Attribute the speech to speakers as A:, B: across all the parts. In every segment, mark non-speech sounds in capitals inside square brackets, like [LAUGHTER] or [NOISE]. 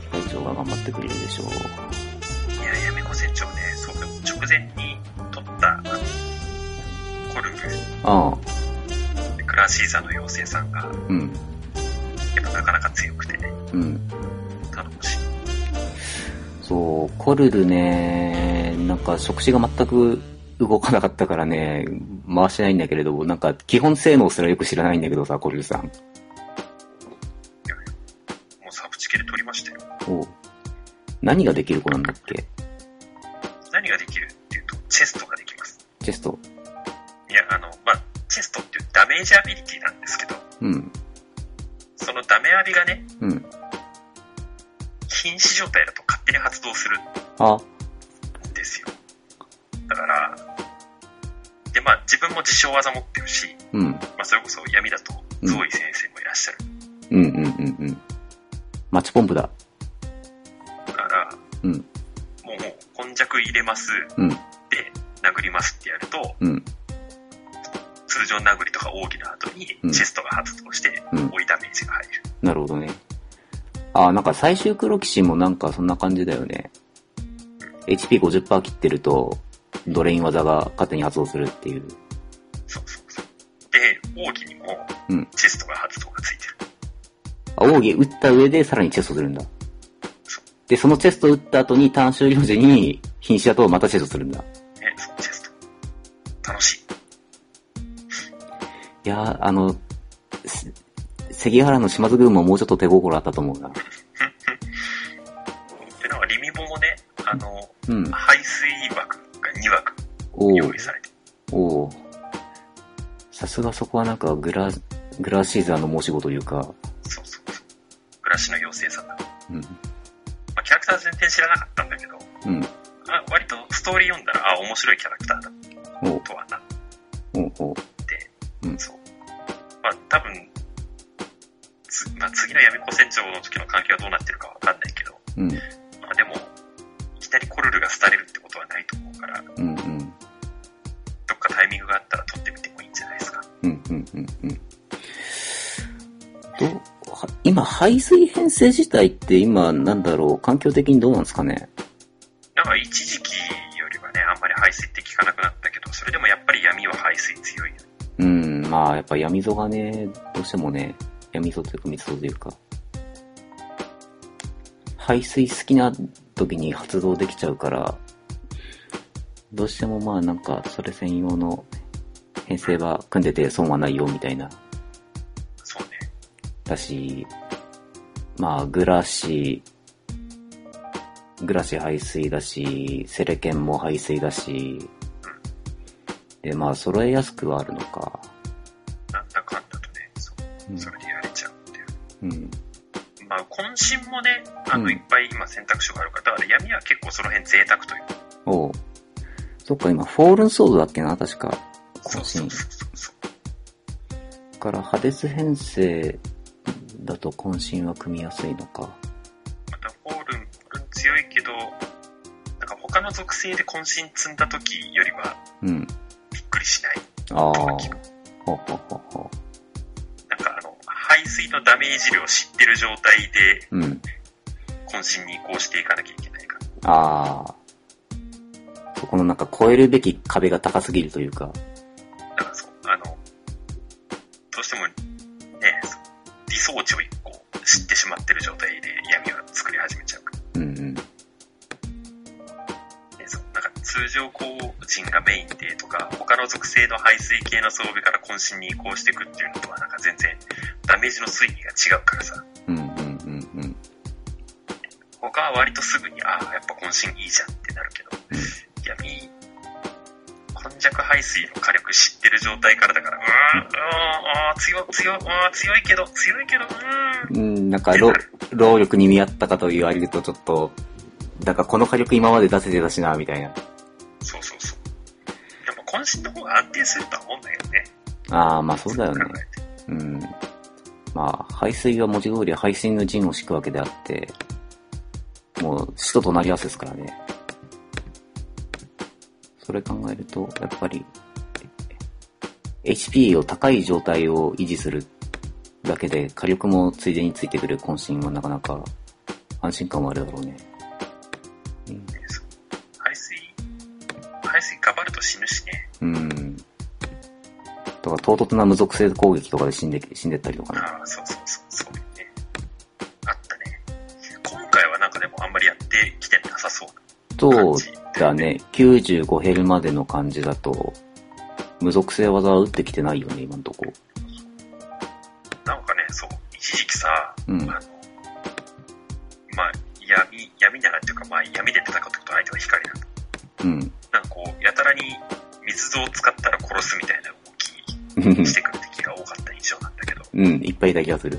A: ってくれるでしょう。
B: いや、やめこ船長ね、そうか、直前に撮った、あの、コルグ、
A: う
B: クラシーザの妖精さんが、やっ
A: ん。うん。
B: ぱなかなか強くてね、
A: うん。
B: 頼もしい。
A: そう、コルルね、なんか触手が全く動かなかったからね、回してないんだけれども、なんか基本性能すらよく知らないんだけどさ、コルルさん。
B: もうサブチケで撮りましたよ。
A: お何ができる子なんだっけ
B: 何ができるっていうと、チェストができます。
A: チェスト。
B: いや、あの、まあ、チェストっていうダメージアビリティなんですけど、
A: うん。
B: そのダメアビがね、
A: うん。
B: 瀕死状態だと勝手に発動する
A: あ、
B: んですよ。だから、で、まあ、自分も自称技持ってるし、
A: うん。
B: まあ、それこそ闇だと、ゾイ先生もいらっしゃる。
A: うんうんうんうん。マッチポンプだ。
B: だから、
A: うん。
B: もう、今弱入れます、
A: うん
B: で、殴りますってやると、
A: うん。
B: 通常殴りとか奥義の後に
A: うん、
B: チェストが発動して、
A: うん
B: 追いダメージが入る。
A: なるほどね。あ、なんか最終黒騎士もなんかそんな感じだよね。HP50% 切ってると、ドレイン技が勝手に発動するっていう。
B: そうそうそう。で、奥義にも
A: うん、
B: チェストが発動がついてる。
A: あ、奥義打った上でさらにチェストするんだ
B: そ。で
A: で、そのチェスト打った後にターン終了時に瀕死だとまたチェストするんだ。
B: ね、そのチェスト。楽しい。
A: いやー、あの、す関ヶ原の島津軍ももうちょっと手心あったと思うな。
B: で、なんか、リミボもね、あの、
A: うん。
B: 排水枠が2枠
A: お
B: 用
A: ー
B: 意されてる、
A: おーさすがそこはなんかグラ、グラシーザーの申し子というか、
B: そうそうそう。暮らしの妖精さんだ。ま
A: うん。
B: あ、キャラクター全然知らなかったんだけど、
A: うん。
B: あ割とストーリー読んだら、あ、面白いキャラクターだ
A: おう
B: とはなっ
A: おうおう
B: て、
A: うん
B: そう。まあ、多分、つまあ、次のやめ子船長の時の環境はどうなってるかわかんないけど、
A: うん。
B: まあ、でも、いきなりコルルが廃れるってことはないと思うから、ど
A: うんうん。
B: っかタイミングがあったら撮ってみてもいいんじゃないですか。
A: うんうんうんうん。どうは今、排水編成自体って今、なんだろう、環境的にどうなんですかね
B: なんか一時期よりはね、あんまり排水って聞かなくなったけど、それでもやっぱり闇は排水強いよね。
A: うん、まあ、やっぱ闇溝がね、どうしてもね、闇溝というか密度というか、排水好きな時に発動できちゃうから、どうしてもまあなんか、それ専用の編成は組んでて損はないよみたいな
B: そうね。
A: だし、まあ、グラシグラシ排水だし、セレケンも排水だし、で、まあ、揃えやすくはあるのか。
B: なんだかんだとね、そう
A: うん
B: それでやれちゃうっていう。
A: うん。
B: まあ、渾身もね、あ
A: うん
B: の、いっぱい今選択肢があるから、だから闇は結構その辺贅沢というか。
A: おうそっか、今、フォールンソードだっけな、確か。
B: そ
A: 渾
B: うそう
A: 身。
B: そうそう。
A: から、ハデス編成だと渾身は組みやすいのか。
B: また、ホールン、ホールン強いけど、なんか他の属性で渾身積んだ時よりは
A: うん。
B: びっくりしない。
A: ああ。
B: とは
A: ほ
B: 聞く
A: うほうほうほ
B: なんかあの、排水のダメージ量を知ってる状態で、
A: う。うん。
B: 渾身に移行していかなきゃいけないから。
A: ああ。そこのなんか超えるべき壁が高すぎるというか。
B: だからそう、あの、どうしてもね、そう理想値を一個知ってしまってる状態で闇は作り始めちゃうから
A: うんうん。
B: ね、そうなんか通常工人がメインでとか、他の属性の排水系の装備から渾身に移行していくっていうのとはなんか全然ダメージの推移が違うからさ、
A: うんうんうんうん。
B: 他は割とすぐに、ああ、やっぱ渾身いいじゃんってなるけど、
A: うん
B: 闇、今弱排水の火力知ってる状態からだから、うーん、うーん、あー強い、強い、あー強いけど、強いけど、うーん、
A: うん、なんか労、労力に見合ったかと言われるとちょっと、だからこの火力今まで出せてたしな、みたいな。
B: そうそうそう。でも渾身の方が安定するとは思うんだけどね。
A: ああ、まあそうだよね
B: 考。えて
A: うん。まあ、排水は文字通り排水の陣を敷くわけであって、もう、死と隣り合わせですからね。それ考えると、やっぱり、HP を高い状態を維持するだけで、火力もついでについてくる渾身はなかなか安心感もあるだろうね。
B: 排水かばると死ぬしね。
A: うん。とか、唐突な無属性攻撃とかで死んで、死んでったりとかね。
B: ああ、そうそうそう、そうね。あったね。今回はなんかでもあんまりやってきてなさそう。
A: そうだね。95減るまでの感じだと、無属性技は打ってきてないよね、今んとこ。
B: なんかね、そう、一時期さ、
A: うん
B: あの、まあ、闇、闇ならっていうか、まあ、闇で戦ったこと相手は光だと。
A: うん。
B: なんかこう、やたらに密造を使ったら殺すみたいな動きしてくる敵が多かった印象なんだけど、
A: うん、いっぱいいた気がする。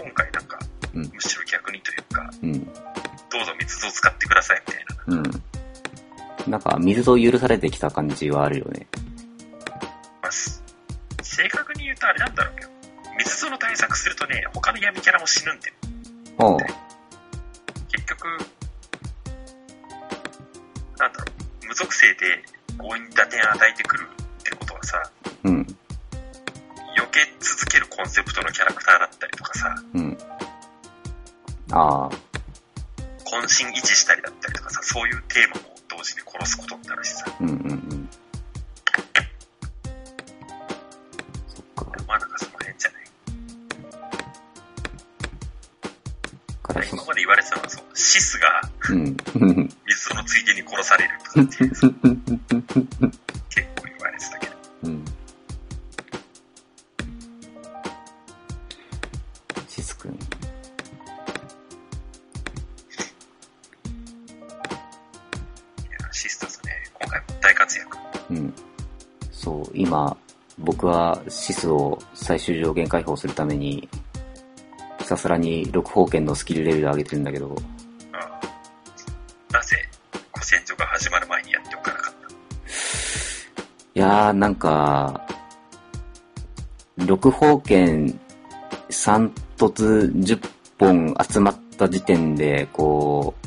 B: 今回なんか、
A: うん
B: むしろ逆にというか、
A: うん。
B: どうぞ密造を使ってくださいみたいな。
A: うん。なんか、水を許されてきた感じはあるよね。
B: まあ、す正確に言うとあれなんだろうけど、密造の対策するとね、他の闇キャラも死ぬんだよ。
A: ああ、
B: 結局、なんだろう、無属性で強引に打点与えてくるってことはさ、
A: うん、
B: 避け続けるコンセプトのキャラクターだったりとかさ、
A: うん。ああ、
B: 渾身維持したりだったりとかさ、そういうテーマも同時に殺すことになるしさ、
A: うん、うん、うん。そっか。
B: まあなんかその辺じゃない。
A: だからそ
B: 今、まで言われてたのはそう、シスが
A: うん。うん
B: 水そのついでに殺されるとかっていう結構言われてたけど、
A: うん。シス君。
B: いや、シスだとね、今回も大活躍。
A: うん。そう、今、僕はシスを最終上限解放するために、ひたすらに六方圏のスキルレベル上げてるんだけど、
B: ああなぜ、古戦場が始まる前にやっておかなかった
A: いやー、なんか、六方圏3突10本集まった時点で、こう、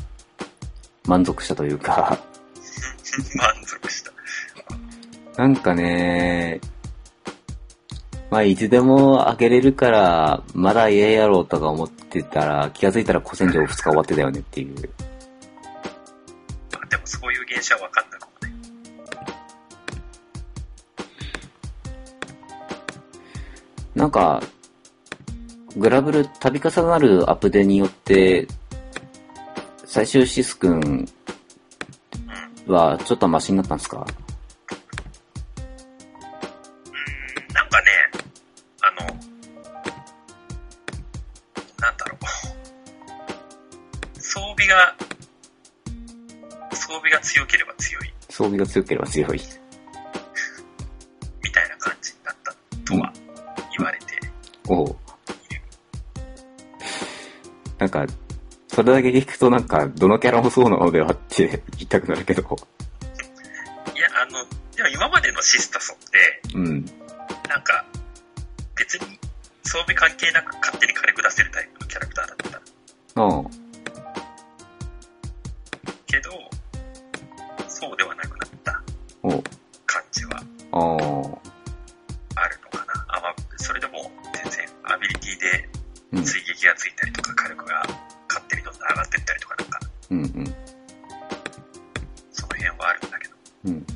A: 満足したというか、
B: [LAUGHS] 満足した。
A: なんかね、まあ、いつでもあげれるから、まだええやろうとか思ってたら、気がついたら古戦場2日終わってたよねっていう。
B: まあでもそういう現象は分かったかもね。
A: なんか、グラブル度重なるアップデによって、最終シス君はちょっとマシになったんですか
B: うん、なんかね、あの、なんだろう。装備が、装備が強ければ強い、
A: 装備が強ければ強い。
B: みたいな感じだったとは言われて、
A: おうなんか、それだけ聞くとなんか、どのキャラもそうなのではって言いたくなるけど。
B: いや、あの、でも今までのシスタソンって、
A: うん。
B: なんか、別に装備関係なく勝手に火力出せるタイプのキャラクターだった
A: ああ。
B: けど、そうではなくなった
A: おう
B: 感じは
A: ああ。
B: あるのかな。あまあ、それでも全然アビリティで
A: うん。
B: 追撃がついたりとか火力が勝手にどんどん上がってったりとかなんか、
A: うんうん。
B: その辺はあるんだけど。
A: うん。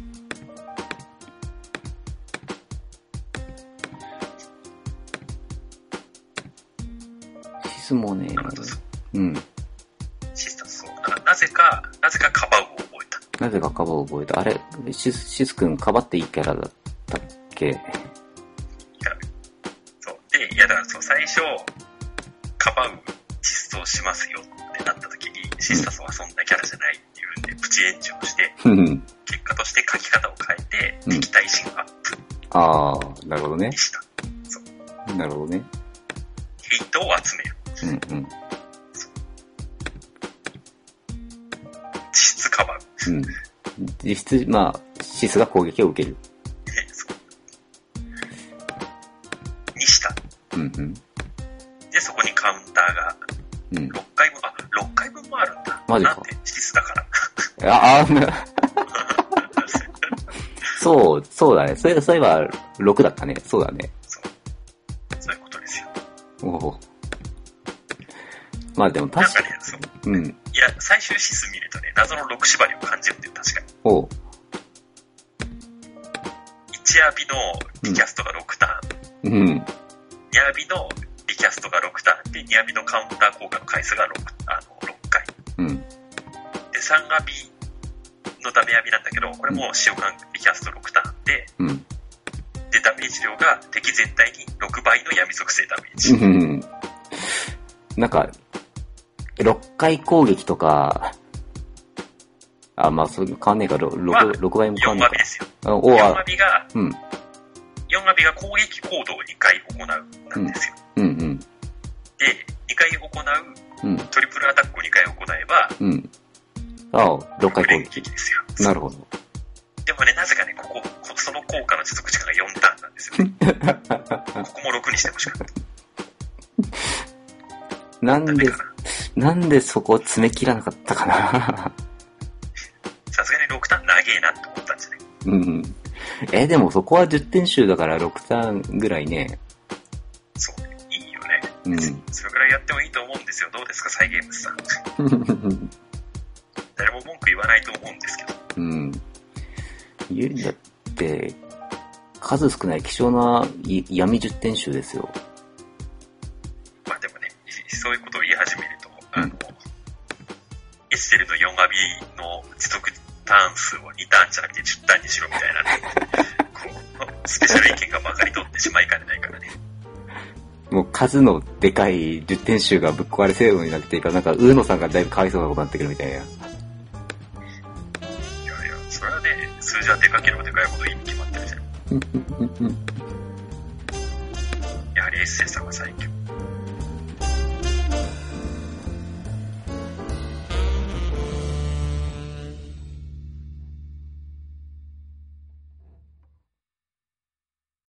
A: シスもね
B: な、んかそう
A: うん。
B: シスターそう。なんかなぜか、なぜかカバウを覚えた。
A: なぜかカバを覚えた。あれ、シス、シス君カバっていいキャラだったっけ
B: そう。で、いやだからそう、最初、カバウ実装しますよってなった時に、シスタスはそんなキャラじゃないっていうんで、プチ炎上して、
A: ふん。
B: 結果として書き方を変えて、
A: うん
B: 敵対心アップ
A: ああ、なるほどね
B: に。した。
A: なるほどね。
B: ヘイトを集める。
A: うんうん。
B: 実質カバウ。
A: うん。実質、まあ、シスが攻撃を受ける。
B: で、 [LAUGHS] そう。にした。
A: うんうん。
B: で、そこにカウンターが
A: うん。
B: 6回分、あ、6回分もあるんだ。
A: マジか
B: なんて、シスだから。 [LAUGHS]
A: あ、あ、なそう、そうだね。そういえば、そういえば、6だったね。そうだね。
B: そういうことですよ。
A: おお。まあでも
B: なん
A: 確
B: か
A: か
B: ね、そう。
A: に、うん。
B: いや、最終シス見るとね、謎の6縛りを感じるんだよ、確かに。
A: おう
B: アビのリキャストが6ターン、
A: うん。
B: ニアビのリキャストが6ターンで、ニアビのカウンター効果の回数が 6, あの6回。
A: うん。
B: で、3アビのダメアビなんだけど、これも使用感リキャスト6ターンで、
A: うん。
B: で、ダメージ量が敵全体に6倍の闇属性ダメージ。
A: うん。なんか、6回攻撃とか、あ、まあ、それ変わんねえか、
B: まあ
A: 6, 六倍も変わん
B: 4
A: ね
B: ア
A: え
B: ビですよ。
A: か。あおう
B: 4ア
A: あ、
B: ビが、
A: うん。
B: 4アビが攻撃行動を2回行うなんですよ。
A: うんうん。
B: で、2回行う、
A: うん。
B: トリプルアタックを2回行えば、
A: うん。あ6回
B: ブ
A: 攻
B: レーキ
A: 撃。
B: ですよ。
A: なるほど。
B: でもね、なぜかね、ここ、こその効果の持続時間が4ターンなんですよ。ここも6にしてほしかった。
A: なん
B: ダメ
A: で
B: か、
A: な
B: な。
A: んでそこを詰め切らなかったかな。
B: さすがに6ターン長えなって思ったんじゃない
A: うん。え、でもそこは10点集だから6ターンぐらいね。
B: そうね。いいよね。
A: うん。
B: それぐらいやってもいいと思うんですよ。どうですか、サイゲームズさん。
A: [LAUGHS]
B: 誰も文句言わないと思うんですけど。
A: うん。ゆりだって、数少ない希少ない闇10点集ですよ。
B: まあでもね、いそういうことを言い始めると、あの、エステルの4アビの持続ターン数を2ターンじゃなくて10ターンにしろみたいな、こう、スペシャル意見がまかり通ってしまいかねないからね。
A: もう数のでかい10点集がぶっ壊れてるようになっていいから、なんか、上野さんがだいぶかわいそうなことになってくるみたいな。
B: いやいや、それはね、数字はでかければでかいほどいいに決まってるじゃん。やはりエッセンさんが最強。